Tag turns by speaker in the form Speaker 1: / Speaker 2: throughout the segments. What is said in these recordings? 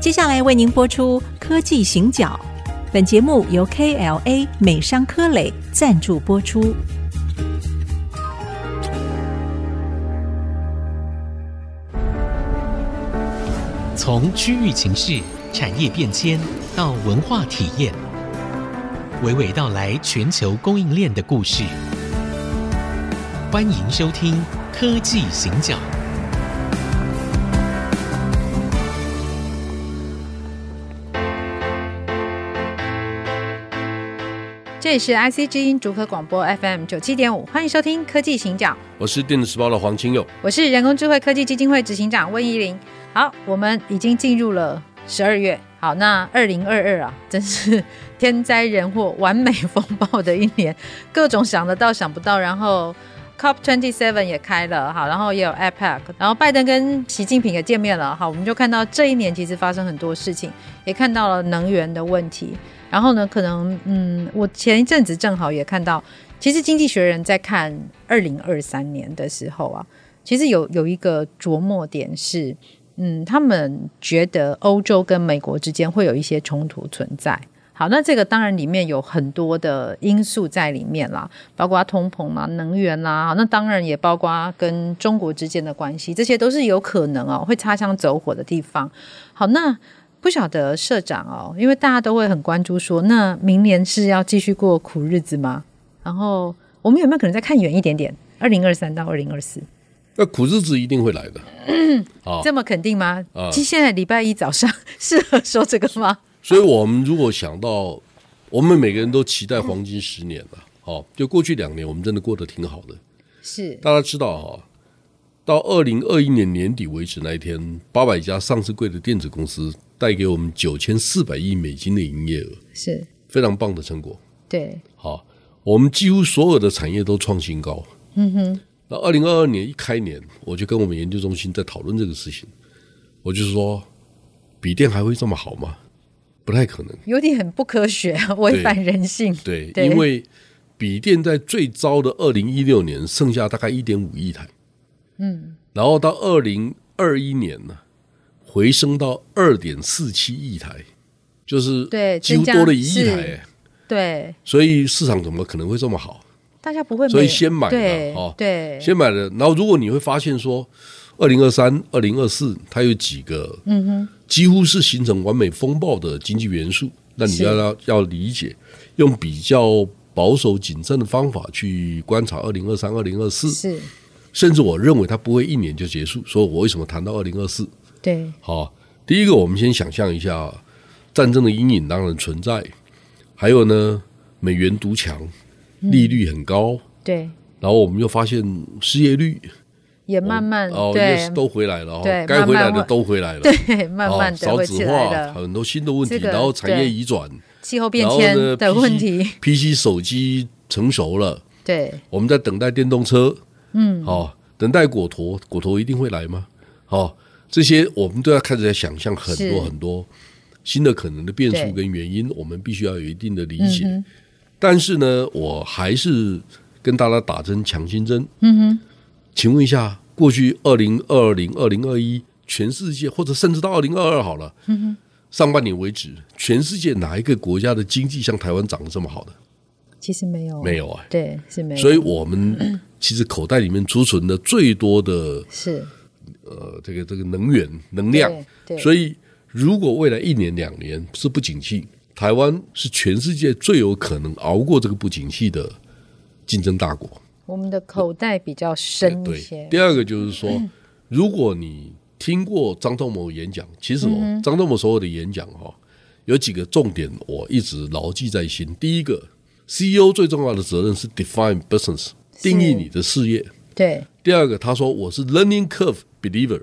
Speaker 1: 接下来为您播出《科技行脚》，本节目由 KLA 美商科磊赞助播出。
Speaker 2: 从区域情势、产业变迁到文化体验，娓娓道来全球供应链的故事。欢迎收听《科技行脚》。
Speaker 3: 这里是 IC 之音竹科广播 FM 九七点五，欢迎收听《科技行脚》，
Speaker 4: 我是电子时报的黄清佑。
Speaker 3: 我是人工智慧科技基金会执行长温怡玲。好，我们已经进入了十二月。好，那二零二二啊，真是天灾人祸、完美风暴的一年，各种想得到、想不到。然后 COP twenty seven 也开了，好，然后也有 APEC，然后拜登跟习近平也见面了。好，我们就看到这一年其实发生很多事情，也看到了能源的问题。然后呢，可能嗯，我前一阵子正好也看到，其实《经济学人》在看二零二三年的时候啊，其实有有一个琢磨点是，嗯，他们觉得欧洲跟美国之间会有一些冲突存在。好，那这个当然里面有很多的因素在里面啦，包括通膨啦、能源啦，好那当然也包括跟中国之间的关系，这些都是有可能哦会擦枪走火的地方。好，那不晓得社长哦，因为大家都会很关注说，那明年是要继续过苦日子吗？然后我们有没有可能再看远一点点，二零二三到二零二四，
Speaker 4: 那苦日子一定会来的，好
Speaker 3: 这么肯定吗？
Speaker 4: 啊
Speaker 3: 其实现在礼拜一早上 适合说这个吗？
Speaker 4: 所以我们如果想到，我们每个人都期待黄金十年了。好，就过去两年，我们真的过得挺好的。
Speaker 3: 是
Speaker 4: 大家知道哈、到二零二一年年底为止那一天，八百家上市柜的电子公司带给我们九千四百亿美金的营业额，
Speaker 3: 是，
Speaker 4: 非常棒的成果。
Speaker 3: 对，
Speaker 4: 好，我们几乎所有的产业都创新高。嗯哼。那二零二二年一开年，我就跟我们研究中心在讨论这个事情，我就说，笔电还会这么好吗？不太可能。
Speaker 3: 有点很不科学，违反人性。
Speaker 4: 对，
Speaker 3: 对
Speaker 4: 因为笔电在最糟的二零一六年剩下大概一点五亿台，嗯，然后到二零二一年呢，回升到二点四七亿台，就是
Speaker 3: 对
Speaker 4: 几
Speaker 3: 增
Speaker 4: 乎
Speaker 3: 加
Speaker 4: 多了一亿
Speaker 3: 是
Speaker 4: 台、哎
Speaker 3: 对，
Speaker 4: 所以市场怎么可能会这么好？
Speaker 3: 大家不会买，
Speaker 4: 所以先买嘛
Speaker 3: 对、
Speaker 4: 哦
Speaker 3: 对，
Speaker 4: 先买了，然后如果你会发现说，二零二三、二零二四，它有几个，嗯哼，几乎是形成完美风暴的经济元素，那你
Speaker 3: 是
Speaker 4: 要要要理解，用比较保守谨慎的方法去观察二零二三、二零二四，
Speaker 3: 是，
Speaker 4: 甚至我认为它不会一年就结束，所以我为什么谈到二零二四？
Speaker 3: 对，
Speaker 4: 好，第一个我们先想象一下，战争的阴影当然存在，还有呢，美元独强，
Speaker 3: 嗯
Speaker 4: 利率很高。
Speaker 3: 对，
Speaker 4: 然后我们又发现失业率
Speaker 3: 也慢慢、
Speaker 4: 哦
Speaker 3: 嗯对、
Speaker 4: yes 都回来了哦
Speaker 3: 对，
Speaker 4: 该回来
Speaker 3: 慢慢
Speaker 4: 的
Speaker 3: 会
Speaker 4: 都回来了，
Speaker 3: 对，慢慢的
Speaker 4: 哦少
Speaker 3: 会起
Speaker 4: 子
Speaker 3: 来
Speaker 4: 化
Speaker 3: 了。
Speaker 4: 很多新的问题，
Speaker 3: 这个
Speaker 4: 然后产业
Speaker 3: 对
Speaker 4: 移转，
Speaker 3: 气候变
Speaker 4: 然后
Speaker 3: 迁
Speaker 4: 呢
Speaker 3: 的问题，
Speaker 4: ，PC 手机成熟了，
Speaker 3: 对，
Speaker 4: 我们在等待电动车，嗯，哦，等待果陀，果陀一定会来吗？哦，这些我们都要开始在想象很
Speaker 3: 是
Speaker 4: 多很多新的可能的变
Speaker 3: 对
Speaker 4: 数跟原因，我们必须要有一定的理解。但是呢，我还是跟大家打针强心针。嗯哼，请问一下，过去二零二零、二零二一，全世界或者甚至到二零二二好了，嗯哼，上半年为止，全世界哪一个国家的经济像台湾涨得这么好的？
Speaker 3: 其实没有，
Speaker 4: 没有啊。
Speaker 3: 对，是没有，
Speaker 4: 所以我们其实口袋里面储存的最多的
Speaker 3: 是
Speaker 4: 呃这个这个能源能量，
Speaker 3: 对，
Speaker 4: 所
Speaker 3: 以
Speaker 4: 以如果未来一年两年是不景气，台湾是全世界最有可能熬过这个不景气的竞争大国。
Speaker 3: 我们的口袋比较深一
Speaker 4: 对
Speaker 3: 些，，
Speaker 4: 第二个就是说， 如果你听过张忠谋演讲，其实
Speaker 3: 嗯
Speaker 4: 哦，张忠谋所有的演讲哈、哦，有几个重点我一直牢记在心。第一个，CEO 最重要的责任是 define business，定义你的事业。
Speaker 3: 对，
Speaker 4: 第二个，他说我是 learning curve believer，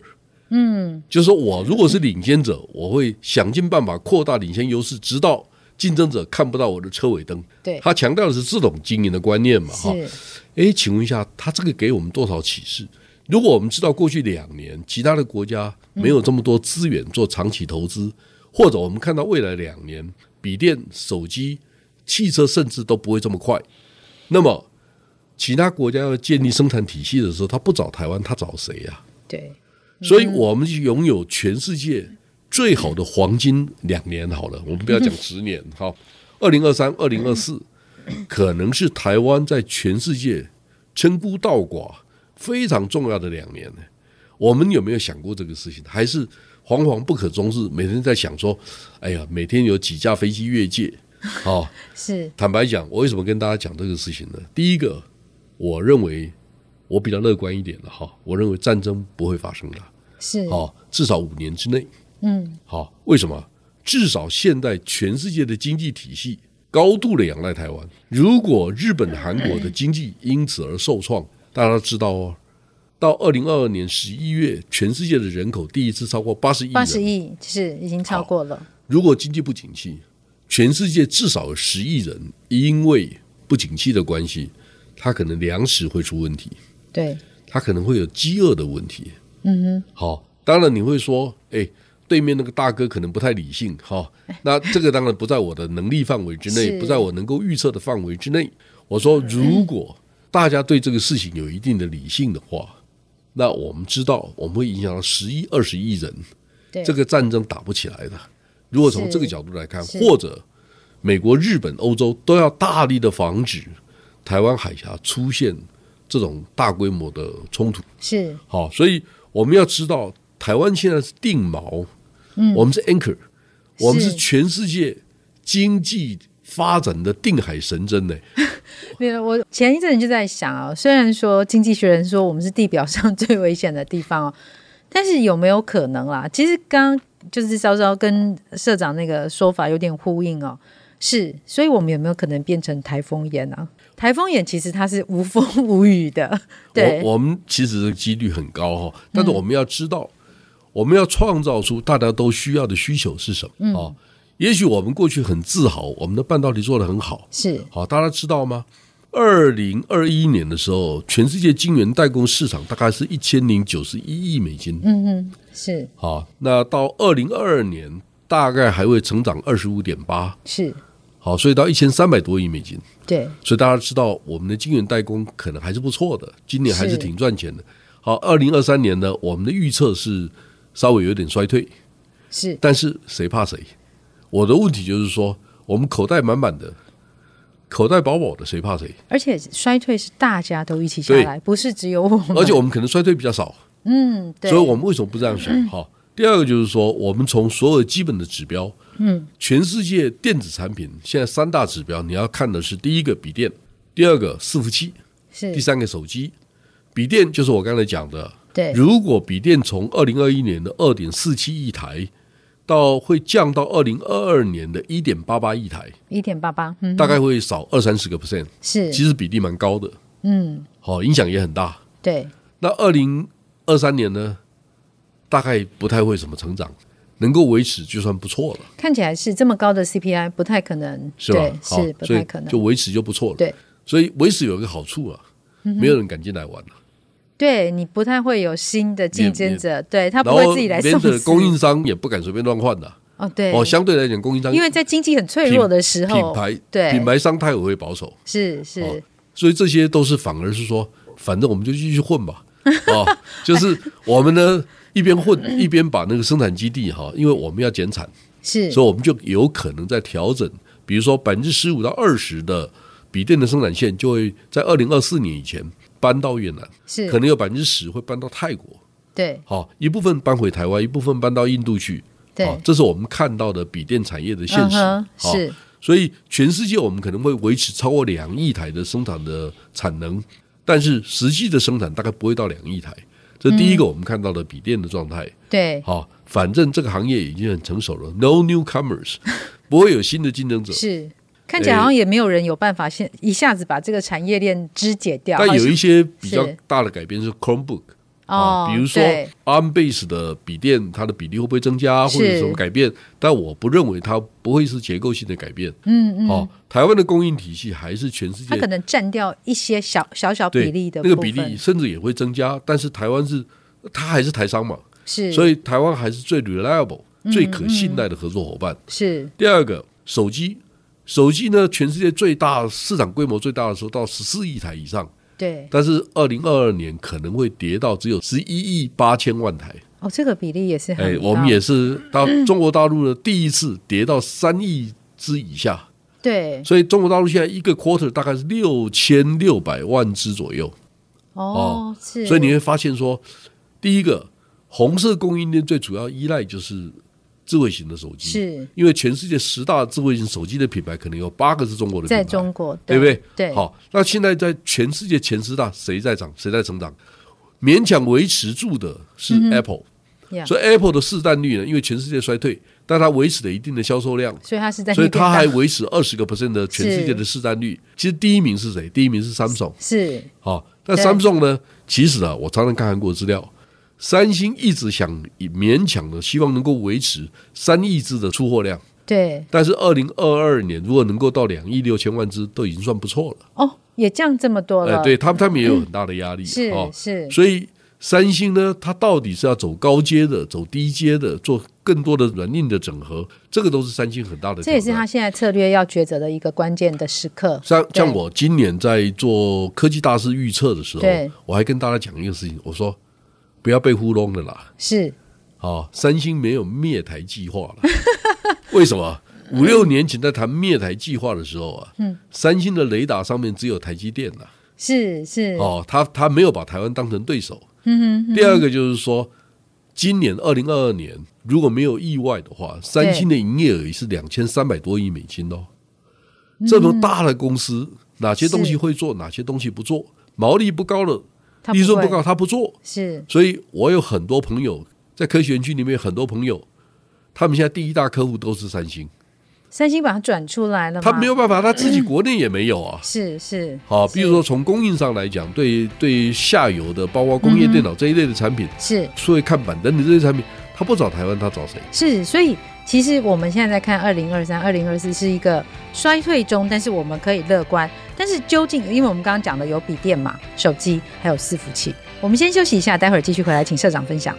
Speaker 4: 嗯，就是说我如果是领先者，我会想尽办法扩大领先优势，直到竞争者看不到我的车尾灯。
Speaker 3: 对
Speaker 4: 他强调的是这种经营的观念嘛，哈。
Speaker 3: 是，
Speaker 4: 诶，请问一下，他这个给我们多少启示？如果我们知道过去两年其他的国家没有这么多资源做长期投资，或者我们看到未来两年笔电、手机、汽车甚至都不会这么快，那么其他国家要建立生产体系的时候，他不找台湾，他找谁呀、
Speaker 3: 对，
Speaker 4: 所以我们拥有全世界最好的黄金两年好了，我们不要讲十年哈，二零二三、二零二四，可能是台湾在全世界称孤道寡非常重要的两年呢。我们有没有想过这个事情？还是惶惶不可终日，每天在想说，哎呀，每天有几架飞机越界，好、
Speaker 3: 是
Speaker 4: 坦白讲，我为什么跟大家讲这个事情呢？第一个，我认为我比较乐观一点了哈，我认为战争不会发生的，
Speaker 3: 是，
Speaker 4: 好，哦至少五年之内。
Speaker 3: 嗯，
Speaker 4: 好，为什么？至少现在全世界的经济体系高度的仰赖台湾。如果日本、韩国的经济因此而受创，大家都知道哦，到二零二二年十一月，全世界的人口第一次超过八十亿人。
Speaker 3: 八十亿是已经超
Speaker 4: 好
Speaker 3: 过了，
Speaker 4: 如果经济不景气，全世界至少有十亿人因为不景气的关系，他可能粮食会出问题，
Speaker 3: 对，
Speaker 4: 他可能会有饥饿的问题。
Speaker 3: 嗯
Speaker 4: 好，当然你会说，哎，对面那个大哥可能不太理性，哈、 那这个当然不在我的能力范围之内，
Speaker 3: 是嗯
Speaker 4: 不在我能够预测的范围之内。我说，如果大家对这个事情有一定的理性的话，那我们知道我们会影响到十亿、二十亿人，
Speaker 3: 哼，对，
Speaker 4: 这个战争打不起来的。如果从
Speaker 3: 是
Speaker 4: 这个角度来看，
Speaker 3: 是
Speaker 4: 或者美国、日本、欧洲都要大力的防止台湾海峡出现这种大规模的冲突。
Speaker 3: 是
Speaker 4: 好，所以我们要知道，台湾现在是定锚，
Speaker 3: 嗯
Speaker 4: 我们是 anchor，我们是全世界经济发展的定海神针呢。
Speaker 3: 对了，我前一阵子就在想啊、虽然说《经济学人》说我们是地表上最危险的地方哦， 但是有没有可能啦？其实刚刚就是稍稍跟社长那个说法有点呼应哦，是，所以我们有没有可能变成台风眼啊？台风眼其实它是无风无雨的， 对，
Speaker 4: 我我们其实这个几率很高哈、但是我们要知道，我们要创造出大家都需要的需求是什么啊、哦也许我们过去很自豪，我们的半导体做得很好，
Speaker 3: 是
Speaker 4: 好，大家知道吗？二零二一年的时候，全世界晶圆代工市场大概是一千零九十一亿美金，嗯，
Speaker 3: 是
Speaker 4: 好，那到二零二二年大概还会成长二十五点八，
Speaker 3: 是，
Speaker 4: 好，所以到一千三百多亿美金。
Speaker 3: 对，
Speaker 4: 所以大家知道，我们的晶圆代工可能还是不错的，今年还
Speaker 3: 是
Speaker 4: 是挺赚钱的。好，二零二三年呢，我们的预测是稍微有点衰退，
Speaker 3: 是
Speaker 4: 但是谁怕谁？我的问题就是说，我们口袋满满的，口袋饱饱的，谁怕谁？
Speaker 3: 而且衰退是大家都一起下
Speaker 4: 对
Speaker 3: 来，不是只有我们。
Speaker 4: 而且我们可能衰退比较少，
Speaker 3: 嗯，对，嗯
Speaker 4: 所以我们为什么不这样想？好，第二个就是说，我们从所有基本的指标，嗯，全世界电子产品现在三大指标，你要看的是第一个笔电，第二个伺服器，
Speaker 3: 是
Speaker 4: 第三个手机。笔电就是我刚才讲的，
Speaker 3: 对
Speaker 4: 如果笔电从二零二一年的二点四七亿台，到会降到二零二二年的一点八八亿台，
Speaker 3: 一点八八，嗯，
Speaker 4: 大概会少二三十个 percent，
Speaker 3: 是
Speaker 4: 其实比例蛮高的，
Speaker 3: 嗯，
Speaker 4: 好、影响也很大。
Speaker 3: 对，
Speaker 4: 那二零二三年呢，大概不太会什么成长，能够维持就算不错了，
Speaker 3: 看起来是这么高的 CPI 不太可能，
Speaker 4: 是吧
Speaker 3: 对，？
Speaker 4: 好
Speaker 3: 是不
Speaker 4: 所
Speaker 3: 太
Speaker 4: 以
Speaker 3: 可能。
Speaker 4: 就维持就不错了。
Speaker 3: 对，嗯
Speaker 4: 所以维持有一个好处啊，没有人敢进来玩啊了、
Speaker 3: 对你不太会有新的竞争者，对他不
Speaker 4: 然
Speaker 3: 会
Speaker 4: 后
Speaker 3: 自己来
Speaker 4: 里
Speaker 3: 送
Speaker 4: 面
Speaker 3: 死
Speaker 4: 的供应商也不敢随便乱换的、
Speaker 3: 哦，对，
Speaker 4: 哦，相对来讲，供应商
Speaker 3: 因为在经济很脆弱的时候，
Speaker 4: 品牌
Speaker 3: 对
Speaker 4: 品牌商态我会保守，
Speaker 3: 是是、
Speaker 4: 哦所以这些都是反而是说，反正我们就继续混 吧。哦，就是我们呢一边混一边把那个生产基地哈、因为我们要减产，
Speaker 3: 是
Speaker 4: 所以我们就有可能在调整，比如说百分之十五到二十的笔电的生产线就会在二零二四年以前搬到越南，
Speaker 3: 是，
Speaker 4: 可能有百分之十会搬到泰国，
Speaker 3: 对
Speaker 4: 好、一部分搬回台湾，一部分搬到印度去，
Speaker 3: 对，
Speaker 4: 好这是我们看到的笔电产业哦的现
Speaker 3: 嗯
Speaker 4: 实，
Speaker 3: 哼，
Speaker 4: 好
Speaker 3: 是
Speaker 4: 所以全世界我们可能会维持超过两亿台的生产的产能，但是实际的生产大概不会到两亿台。这
Speaker 3: 嗯
Speaker 4: 第一个我们看到的笔电的状态，
Speaker 3: 对
Speaker 4: 好、反正这个行业已经很成熟了 ，no newcomers，不会有新的竞争者。
Speaker 3: 是，看起来好像也没有人有办法现一下子把这个产业链肢解掉，
Speaker 4: 但
Speaker 3: 好
Speaker 4: 有
Speaker 3: 像
Speaker 4: 一些比较
Speaker 3: 啊是
Speaker 4: 大的改变是 Chromebook
Speaker 3: 哦，
Speaker 4: 啊比如说
Speaker 3: 对
Speaker 4: ARM base 的笔电，它的比例会不会增加
Speaker 3: 是
Speaker 4: 或者什么改变？但我不认为它不会是结构性的改变。嗯嗯，哦，台湾的供应体系还是全世
Speaker 3: 它
Speaker 4: 界
Speaker 3: 可能占掉一些小小小
Speaker 4: 对
Speaker 3: 比例的
Speaker 4: 那个
Speaker 3: 部
Speaker 4: 比例
Speaker 3: 分
Speaker 4: 甚至也会增加，但是台湾是它还是台商嘛，
Speaker 3: 是，嗯
Speaker 4: 所
Speaker 3: 以
Speaker 4: 以台湾还是最 reliable、最可信赖的合作伙伴。
Speaker 3: 嗯是
Speaker 4: 第二个，手机，手机呢，全世界最大市场规模最大的时候到十四亿台以上，
Speaker 3: 对
Speaker 4: 但是二零二二年可能会跌到只有十一亿八千万台，
Speaker 3: 哦，这个比例也是很
Speaker 4: 哎，
Speaker 3: 高
Speaker 4: 我们也是到中国大陆的第一次跌到三亿只以下，
Speaker 3: 对
Speaker 4: 所以中国大陆现在一个 quarter 大概是六千六百万只左右，
Speaker 3: 哦，是，
Speaker 4: 所以你会发现说，第一个红色供应链最主要依赖就是智慧型的手机，
Speaker 3: 是
Speaker 4: 因为全世界十大智慧型手机的品牌可能有八个是中国的品
Speaker 3: 在
Speaker 4: 牌，
Speaker 3: 中国
Speaker 4: 对不对？
Speaker 3: 对，
Speaker 4: 好，那现在在全世界前十大谁在涨，谁在成长？勉强维持住的是
Speaker 3: 嗯
Speaker 4: Apple，、
Speaker 3: Yeah，所
Speaker 4: 所以 Apple 的市占率呢，因为全世界衰退，但它维持了一定的销售量，
Speaker 3: 以它是在那
Speaker 4: 所以
Speaker 3: 边
Speaker 4: 它
Speaker 3: 大，
Speaker 4: 还维持二十个 percent 的全世界的市占率。
Speaker 3: 嗯
Speaker 4: 其实第一名是谁？第一名是 Samsung。
Speaker 3: 是
Speaker 4: 好、那
Speaker 3: 对
Speaker 4: Samsung 呢？其实啊，我常常看韩国资料，三星一直想以勉强的希望能够维持三亿只的出货量，
Speaker 3: 对
Speaker 4: 但是二零二二年如果能够到两亿六千万只，都已经算不错了。
Speaker 3: 哦，也降这么多
Speaker 4: 哎、
Speaker 3: 了，嗯
Speaker 4: 对他们，他们也有很大的压力。
Speaker 3: 是
Speaker 4: 哦
Speaker 3: 是
Speaker 4: 所以三星呢，它到底是要走高阶的，走低阶的，做更多的软硬的整合，这个都是三星很大的挑战。
Speaker 3: 这也是他现在策略要抉择的一个关键的时刻。
Speaker 4: 像
Speaker 3: 对
Speaker 4: 像我今年在做科技大师预测的时候
Speaker 3: 对，
Speaker 4: 我还跟大家讲一个事情，我说不要被糊弄了啦，
Speaker 3: 是
Speaker 4: 啊，三星没有灭台计划了， 为什么？五六年前在谈灭台计划的时候啊，嗯，三星的雷达上面只有台积电呐、
Speaker 3: 是是，
Speaker 4: 哦，他他没有把台湾当成对手。
Speaker 3: 嗯
Speaker 4: 第二个就是说，今年二零二二年如果没有意外的话，三星的营业额是两千三百多亿美金哦。这么大的公司，哪些东
Speaker 3: 嗯
Speaker 4: 西
Speaker 3: 是
Speaker 4: 会做，哪些东西不做？毛利不高了，
Speaker 3: 他
Speaker 4: 利润
Speaker 3: 会
Speaker 4: 不高，他不做。
Speaker 3: 是
Speaker 4: 所以我有很多朋友在科学园区里面，有很多朋友，他们现在第一大客户都是三星，
Speaker 3: 三星把它转出来了吗，
Speaker 4: 他没有办法，他自
Speaker 3: 嗯
Speaker 4: 己国内也没有啊。
Speaker 3: 是是
Speaker 4: 好，比如说从供应上来讲，对对下游的，包括工业电脑这一类的产品，
Speaker 3: 是
Speaker 4: 所以看板等等这些产品，他不找台湾，他找谁？
Speaker 3: 是，所以其实我们现在在看二零二三、二零二四是一个衰退中，但是我们可以乐观。但是究竟，因为我们刚刚讲的有笔电嘛、手机还有伺服器，我们先休息一下，待会儿继续回来，请社长分享。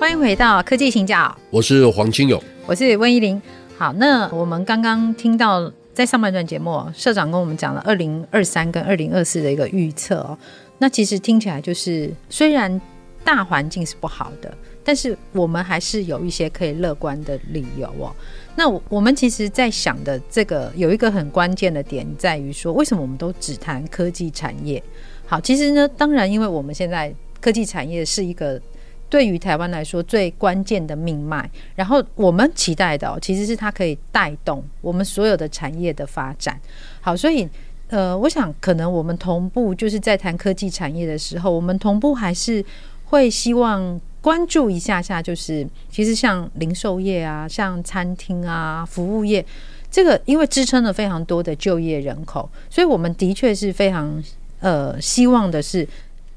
Speaker 3: 欢迎回到科技行脚，
Speaker 4: 我是黄清勇，
Speaker 3: 我是温依玲。好，那我们刚刚听到在上半段节目，哦社长跟我们讲了二零二三跟二零二四的一个预测哦。那其实听起来就是，虽然大环境是不好的，但是我们还是有一些可以乐观的理由哦。那我我们其实，在想的这个有一个很关键的点，在于说，为什么我们都只谈科技产业？好，其实呢，当然，因为我们现在科技产业是一个对于台湾来说最关键的命脉。然后我们期待的、哦、其实是它可以带动我们所有的产业的发展。好，所以呃，我想可能我们同步就是在谈科技产业的时候，我们同步还是会希望关注一下下，就是其实像零售业啊，像餐厅啊，服务业。这个因为支撑了非常多的就业人口，所以我们的确是非常呃希望的是，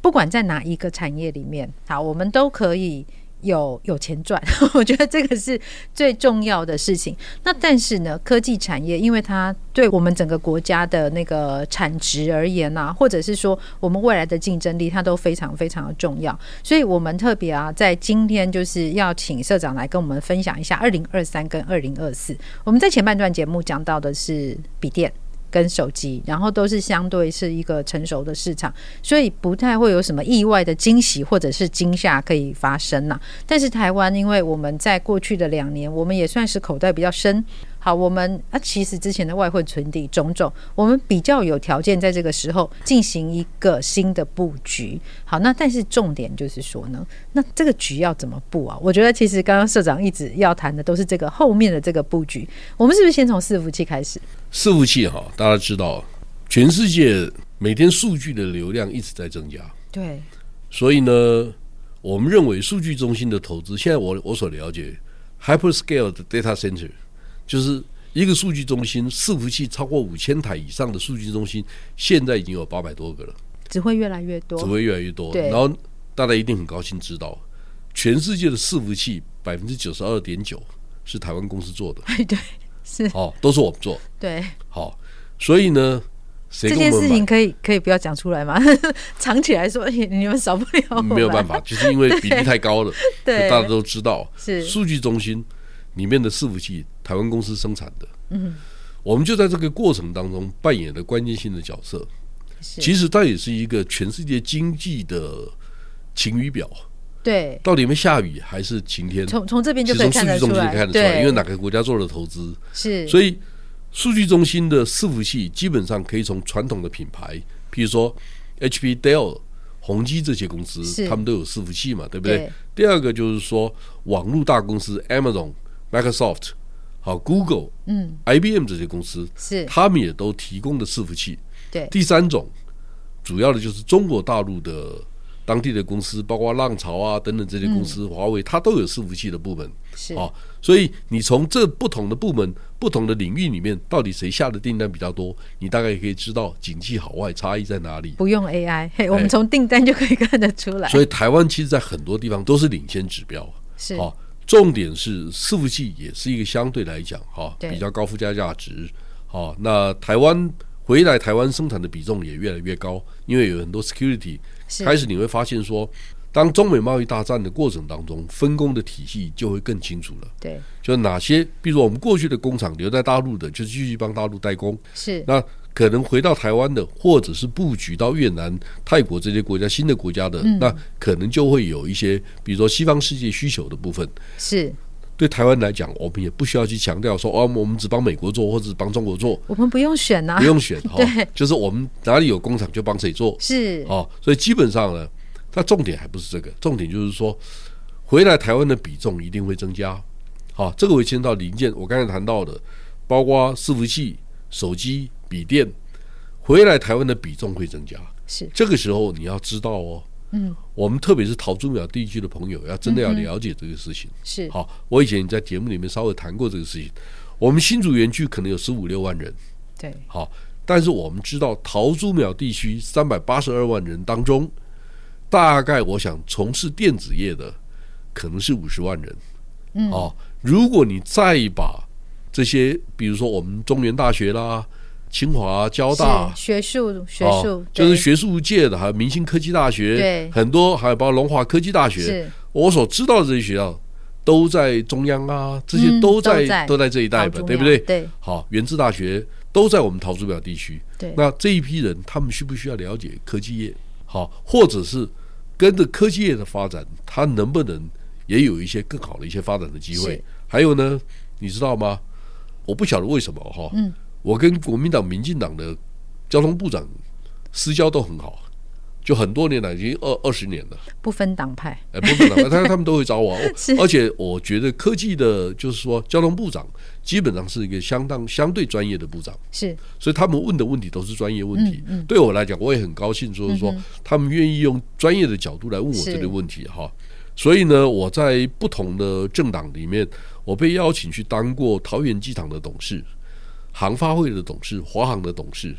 Speaker 3: 不管在哪一个产业里面，好，我们都可以有有钱赚， 我觉得这个是最重要的事情。那但是呢，科技产业因为它对我们整个国家的那个产值而言呐、或者是说我们未来的竞争力，它都非常非常的重要。所以我们特别啊，在今天就是要请社长来跟我们分享一下二零二三跟二零二四。我们在前半段节目讲到的是笔电。跟手机，然后都是相对是一个成熟的市场，所以不太会有什么意外的惊喜或者是惊吓可以发生呐、啊但是台湾，因为我们在过去的两年，我们也算是口袋比较深。好，我们啊，其实之前的外汇存底种种，我们比较有条件在这个时候进行一个新的布局。好，那但是重点就是说呢，那这个局要怎么布啊？我觉得其实刚刚社长一直要谈的都是这个后面的这个布局。我们是不是先从伺服器开始？
Speaker 4: 伺服器哈，大家知道，全世界每天数据的流量一直在增加，
Speaker 3: 对，
Speaker 4: 所以呢，我们认为数据中心的投资，现在我我所了解，hyperscale 的 data center 就是一个数据中心，伺服器超过五千台以上的数据中心，现在已经有八百多个了，
Speaker 3: 只会越来越多
Speaker 4: 只。会越来越多。
Speaker 3: 对
Speaker 4: 然后大家一定很高兴知道，全世界的伺服器百分之九十二点九是台湾公司做的，
Speaker 3: 对，是，
Speaker 4: 哦，都是我们做。
Speaker 3: 对。
Speaker 4: 好，所以呢，谁
Speaker 3: 这
Speaker 4: 跟
Speaker 3: 件
Speaker 4: 我
Speaker 3: 事
Speaker 4: 们
Speaker 3: 情
Speaker 4: 买？
Speaker 3: 可以可以不要讲出来吗？ 藏起来说，哎你们少不了我们
Speaker 4: 没有 办，法，就是因为比例太高了，
Speaker 3: 对
Speaker 4: 就大家都知道。
Speaker 3: 是
Speaker 4: 数据中心里面的伺服器，台湾公司生产的。嗯，我们就在这个过程当中扮演了关键性的角色。
Speaker 3: 是
Speaker 4: 其实它也是一个全世界经济的晴雨表，
Speaker 3: 对，
Speaker 4: 到底有没有下雨还是晴天？
Speaker 3: 从从这边
Speaker 4: 其
Speaker 3: 就
Speaker 4: 实
Speaker 3: 可以
Speaker 4: 从
Speaker 3: 看得出
Speaker 4: 数据中就可以
Speaker 3: 来，
Speaker 4: 看得出来，
Speaker 3: 对，
Speaker 4: 因为哪个国家做了投资，
Speaker 3: 是，
Speaker 4: 所
Speaker 3: 以
Speaker 4: 以数据中心的伺服器基本上可以从传统的品牌，譬如说 HP、Dell、宏基这些公司
Speaker 3: 是，
Speaker 4: 他们都有伺服器嘛，对不对？
Speaker 3: 对
Speaker 4: 第二个就是说网络大公司 Amazon、Microsoft、好 Google、
Speaker 3: 嗯，
Speaker 4: IBM 这些公司，
Speaker 3: 是
Speaker 4: 他们也都提供的伺服器。
Speaker 3: 对，
Speaker 4: 第三种，主要的就是中国大陆的当地的公司，包括浪潮啊等等这些公司，华为它都有伺服器的部门。
Speaker 3: 是
Speaker 4: 啊，所以你从这不同的部门、不同的领域里面，到底谁下的订单比较多，你大概也可以知道景气好坏差异在哪里。
Speaker 3: 不用 AI，嘿，我们
Speaker 4: 哎
Speaker 3: 从订单就可以看得出来，
Speaker 4: 所以台湾其实，在很多地方都是领先指标
Speaker 3: 是
Speaker 4: 啊。重点是伺服器也是一个相对来讲哈、
Speaker 3: 对
Speaker 4: 比较高附加价值。好、那台湾回来台湾生产的比重也越来越高，因为有很多 security
Speaker 3: 是
Speaker 4: 开始你会发现说，当中美贸易大战的过程当中，分工的体系就会更清楚了。
Speaker 3: 对，
Speaker 4: 就哪些，比如说我们过去的工厂留在大陆的，就是继续帮大陆代工，
Speaker 3: 是
Speaker 4: 那可能回到台湾的，或者是布局到越南、泰国这些国家新的国家的，
Speaker 3: 嗯
Speaker 4: 那可能就会有一些，比如说西方世界需求的部分。
Speaker 3: 是，
Speaker 4: 对台湾来讲，我们也不需要去强调说哦，我们只帮美国做，或者只帮中国做，
Speaker 3: 我们不用选啊呐
Speaker 4: 不，用选哈、
Speaker 3: 对
Speaker 4: 就是我们哪里有工厂就帮谁做
Speaker 3: 是
Speaker 4: 哦。所以基本上呢，它重点还不是这个，重点就是说，回来台湾的比重一定会增加。好、这个会牵到零件，我刚才谈到的，包括伺服器、手机、笔电，回来台湾的比重会增加。
Speaker 3: 是，
Speaker 4: 这个时候你要知道哦，
Speaker 3: 嗯，
Speaker 4: 我们特别是桃竹苗地区的朋友，要真的要了解这个事情。
Speaker 3: 是，
Speaker 4: 好，我以前在节目里面稍微谈过这个事情。我们新竹园区可能有十五六万人，
Speaker 3: 对，
Speaker 4: 好，但是我们知道桃竹苗地区三百八十二万人当中，大概我想从事电子业的可能是五十万人。
Speaker 3: 嗯
Speaker 4: 哦，如果你再把这些，比如说我们中原大学啦、清华、交大
Speaker 3: 是。学术学术
Speaker 4: 哦，就是
Speaker 3: 对
Speaker 4: 学术界的，还有明星科技大学
Speaker 3: 对，
Speaker 4: 很多，还有包括龙华科技大学，
Speaker 3: 是
Speaker 4: 我所知道的这些学校，都在中央啊，这些
Speaker 3: 嗯
Speaker 4: 都在、
Speaker 3: 都在
Speaker 4: 这一带
Speaker 3: 桃
Speaker 4: 吧，
Speaker 3: 竹
Speaker 4: 对不
Speaker 3: 苗
Speaker 4: 对？
Speaker 3: 对
Speaker 4: 好，原治大学都在我们桃竹苗地区。
Speaker 3: 对
Speaker 4: 那这一批人，他们需不需要了解科技业？好，或者是跟着科技业的发展，他能不能也有一些更好的一些发展的机会
Speaker 3: 是？
Speaker 4: 还有呢，你知道吗？我不晓得为什么哈，
Speaker 3: 嗯，
Speaker 4: 我跟国民党、民进党的交通部长私交都很好，就很多年了，已经二二十年 了。
Speaker 3: 不分党派，
Speaker 4: 哎，不可能，他他们都会 找我。我
Speaker 3: 是
Speaker 4: 而且我觉得科技的，就是说交通部长基本上是一个相当相对专业的部长，
Speaker 3: 是
Speaker 4: 所以他们问的问题都是专业问题。对我来讲，我也很高兴，就是说、他们愿意用专业的角度来问我
Speaker 3: 是
Speaker 4: 这类问题哈。所以呢，我在不同的政党里面，我被邀请去当过桃园机场的董事、航发会的董事、华航的董事。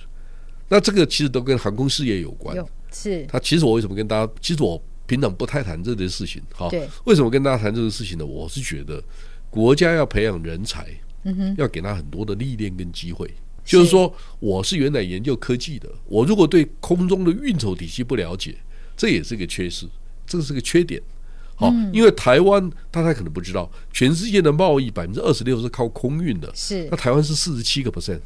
Speaker 4: 那这个其实都跟航空事业有关。
Speaker 3: 有是
Speaker 4: 他其实我为什么跟大家，其实我平常不太谈这件事情，哈
Speaker 3: 对，
Speaker 4: 为什么跟大家谈这个事情呢？我是觉得国家要培养人才，
Speaker 3: 嗯哼
Speaker 4: 要给他很多的历练跟机会。就是说，我是原来研究科技的，我如果对空中的运筹体系不了解，这也是个缺失，这是个缺点。好，
Speaker 3: 嗯
Speaker 4: 因为台湾大家可能不知道，全世界的贸易百分之二十六是靠空运的，
Speaker 3: 是
Speaker 4: 那台湾是四十七个 percent，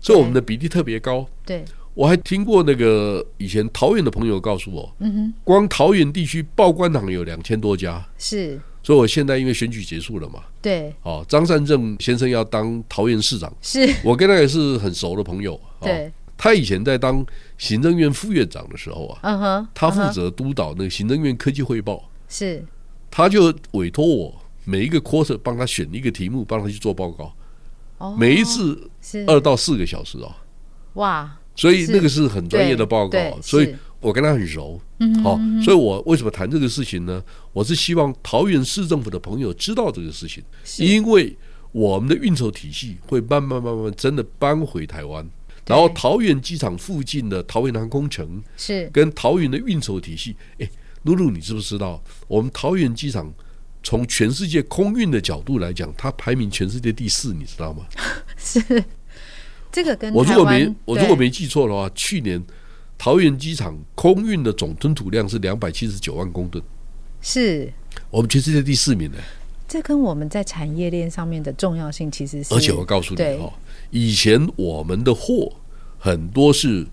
Speaker 4: 所以我们的比例特别高。
Speaker 3: 对
Speaker 4: 我还听过那个以前桃园的朋友告诉我，
Speaker 3: 嗯哼
Speaker 4: 光桃园地区报关行有两千多家，
Speaker 3: 是
Speaker 4: 所以我现在因为选举结束了嘛，
Speaker 3: 对
Speaker 4: 哦，张善政先生要当桃园市长，
Speaker 3: 是
Speaker 4: 我跟他也是很熟的朋友，哦、
Speaker 3: 对，
Speaker 4: 他以前在当行政院副院长的时候啊，
Speaker 3: 嗯哼，
Speaker 4: 他
Speaker 3: 嗯
Speaker 4: 负
Speaker 3: 哼
Speaker 4: 责督导那个行政院科技汇报，
Speaker 3: 是
Speaker 4: 他就委托我每一个 quarter 帮他选一个题目，帮他去做报告，
Speaker 3: 哦
Speaker 4: 每一次
Speaker 3: 是
Speaker 4: 二到四个小时啊，
Speaker 3: 哇
Speaker 4: 所以
Speaker 3: 是
Speaker 4: 那个是很专业的报告
Speaker 3: 对对，
Speaker 4: 所以
Speaker 3: 是嗯
Speaker 4: 我跟他很熟。好、所以我为什么谈这个事情呢？我是希望桃园市政府的朋友知道这个事情，因为我们的运筹体系会慢慢慢慢真的搬回台湾，然后桃园机场附近的桃园航空城
Speaker 3: 是
Speaker 4: 跟桃园的运筹体系，哎，露露，你知不知道我们桃园机场？从全世界空运的角度来讲，它排名全世界第四，你知道吗？
Speaker 3: 是 这个跟
Speaker 4: 我如
Speaker 3: 台
Speaker 4: 果
Speaker 3: 湾
Speaker 4: 没我如果
Speaker 3: 对
Speaker 4: 没记错的话，去年桃园机场空运的总吞吐量是两百七十九万公吨，
Speaker 3: 是
Speaker 4: 我们全世界第四名呢。
Speaker 3: 这跟我们在产业链上面的重要性其实是，
Speaker 4: 而且我告诉你
Speaker 3: 对
Speaker 4: 哦，以前我们的货很多是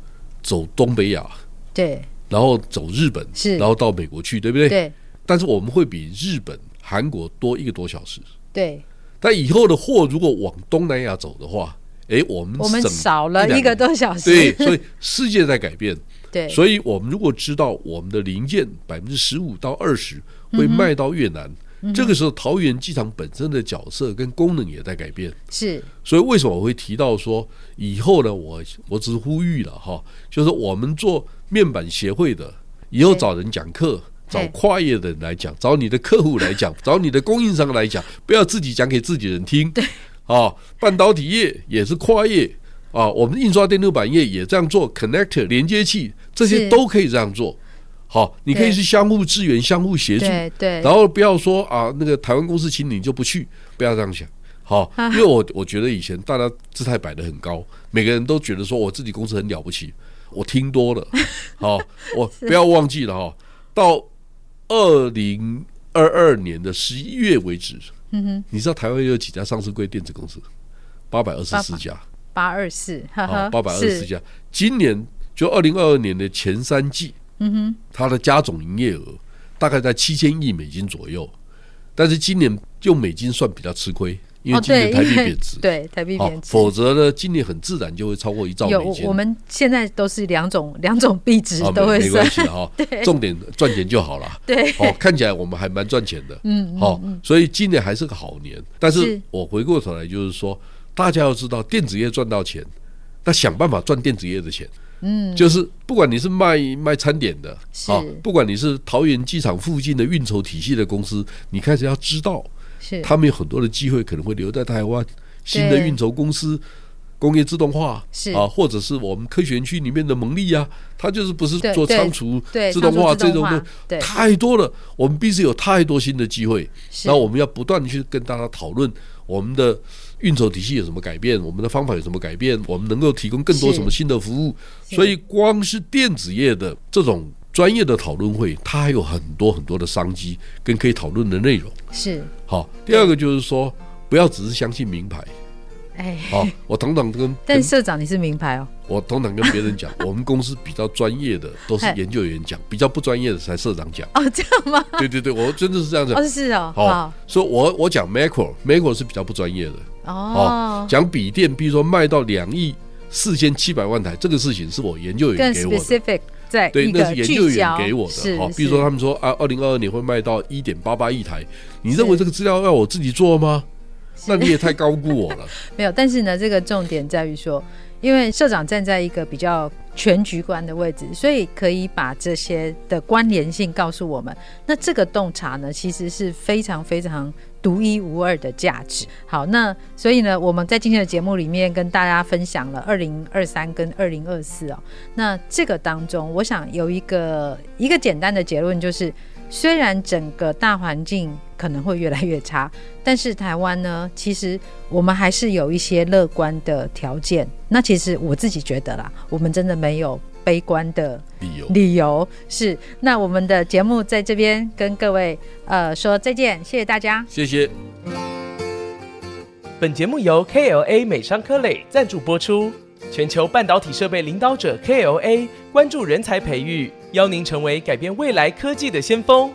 Speaker 4: 走东北亚，
Speaker 3: 对
Speaker 4: 然后走日本，
Speaker 3: 是
Speaker 4: 然后到美国去，对不对？
Speaker 3: 对
Speaker 4: 但是我们会比日本、韩国多一个多小时。
Speaker 3: 对，
Speaker 4: 但以后的货如果往东南亚走的话，诶，我们
Speaker 3: 我们
Speaker 4: 省
Speaker 3: 少了
Speaker 4: 两
Speaker 3: 一个多小
Speaker 4: 对
Speaker 3: 时，，
Speaker 4: 所以世界在改变，
Speaker 3: 对
Speaker 4: 所以我们如果知道我们的零件百分之十五到二十会卖到越南，这个时候桃园机场本身的角色跟功能也在改变。
Speaker 3: 是
Speaker 4: 所以为什么我会提到说以后呢？我我只是呼吁了哈，就是我们做面板协会的，以后
Speaker 3: 对
Speaker 4: 找人讲课。找
Speaker 3: 对
Speaker 4: 跨业的人来讲，找你的客户来 讲，找你的供应商来讲，不要自己讲给自己人听。对，啊，半导体业也是跨业啊，我们印刷电路板业也这样做，connector 连接器这些
Speaker 3: 是
Speaker 4: 都可以这样做。好，你可以
Speaker 3: 对
Speaker 4: 是相互支援、相互协助。
Speaker 3: 对对，
Speaker 4: 然后不要说啊，那个台湾公司请你就不去，不要这样想。好，因为我我觉得以前大家姿态摆得很高，每个人都觉得说我自己公司很了不起，我听多了。好，我不要忘记了哈，到二零二二年的十一月为止，嗯、你知道台湾有几家上市柜电子公司？八百二十四家，
Speaker 3: 八二四，哈
Speaker 4: 好，
Speaker 3: 啊哈，
Speaker 4: 哦八百二十
Speaker 3: 是
Speaker 4: 四家。今年就二零二二年的前三季，嗯哼，它的加总营业额大概在七千亿美金左右，但是今年用美金算比较吃亏，因为
Speaker 3: 哦，
Speaker 4: 今
Speaker 3: 对，
Speaker 4: 年台币
Speaker 3: 因为
Speaker 4: 贬值，
Speaker 3: 对，台币
Speaker 4: 好
Speaker 3: 贬值。
Speaker 4: 否则呢，今年很自然就会超过一兆
Speaker 3: 有
Speaker 4: 美
Speaker 3: 我
Speaker 4: 金。
Speaker 3: 我们现在都是两种两种币值
Speaker 4: 啊，
Speaker 3: 都
Speaker 4: 没
Speaker 3: 会
Speaker 4: 没
Speaker 3: 算
Speaker 4: 关，系的哈，重点赚钱就好了。
Speaker 3: 对
Speaker 4: 哦，看起来我们还蛮赚钱的，嗯，好、所以今年还是个好年。但是
Speaker 3: 是
Speaker 4: 我回过头来就是说，大家要知道电子业赚到钱，那想办法赚电子业的钱。嗯，就是不管你是卖卖餐点的，
Speaker 3: 是
Speaker 4: 不管你是桃园机场附近的运筹体系的公司，你开始要知道，
Speaker 3: 是
Speaker 4: 他们有很多的机会可能会留在台湾，新的
Speaker 3: 对
Speaker 4: 运筹公司。工业自动化
Speaker 3: 是
Speaker 4: 啊，或者是我们科学园区里面的蒙利啊，它就是不是
Speaker 3: 对
Speaker 4: 做
Speaker 3: 对
Speaker 4: 仓储
Speaker 3: 对
Speaker 4: 自动化
Speaker 3: 仓储
Speaker 4: 这
Speaker 3: 自动
Speaker 4: 种
Speaker 3: 化
Speaker 4: 东西
Speaker 3: 对
Speaker 4: 太多了，我们必须有太多新的机会。
Speaker 3: 是
Speaker 4: 那我们要不断地去跟大家讨论我们的运筹体系有什么改变，我们的方法有什么改变，我们能够提供更多
Speaker 3: 是
Speaker 4: 什么新的服务。所以，光是电子业的这种专业的讨论会，它还有很多很多的商机跟可以讨论的内容。
Speaker 3: 是，
Speaker 4: 好，第二个就是说，不要只是相信 名牌。
Speaker 3: 哎，
Speaker 4: 好，我常常跟
Speaker 3: 但
Speaker 4: 跟
Speaker 3: 社长你是名牌哦，
Speaker 4: 我通常跟别人讲， 我们公司比较专业的都是
Speaker 3: 嘿。
Speaker 4: 研究员讲，比较不专业的才社长讲
Speaker 3: 哦这样吗？
Speaker 4: 对对对，我真的是这样子。
Speaker 3: 哦是哦，
Speaker 4: 好，所以我我讲 macro，macro 是比较不专业的。
Speaker 3: 哦，
Speaker 4: 讲笔电，比如说卖到两亿四千七百万台，这个事情是我研究
Speaker 3: 更
Speaker 4: 员给我的。
Speaker 3: specific 在
Speaker 4: 对，
Speaker 3: 一
Speaker 4: 那
Speaker 3: 个
Speaker 4: 是研究
Speaker 3: 聚
Speaker 4: 员
Speaker 3: 焦
Speaker 4: 给我的
Speaker 3: 是
Speaker 4: 哈。比如说
Speaker 3: 是
Speaker 4: 他们说啊，二零二二年会卖到一点八八亿台，你
Speaker 3: 是
Speaker 4: 认为这个资料要我自己做吗？那你也太高估我了。
Speaker 3: 没有，但是呢，这个重点在于说，因为社长站在一个比较全局观的位置，所以可以把这些的关联性告诉我们。那这个洞察呢，其实是非常非常独一无二的价值。好，那所以呢，我们在今天的节目里面跟大家分享了二零二三跟二零二四哦。那这个当中，我想有一个一个简单的结论，就是虽然整个大环境可能会越来越差，但是台湾呢，其实我们还是有一些乐观的条件。那其实我自己觉得啦，我们真的没有悲观的
Speaker 4: 理由，
Speaker 3: 理由。是，那我们的节目在这边跟各位呃说再见，谢谢大家。
Speaker 4: 谢谢。
Speaker 5: 本节目由 KLA 美商科磊赞助播出。全球半导体设备领导者 KLA 关注人才培育，邀您成为改变未来科技的先锋。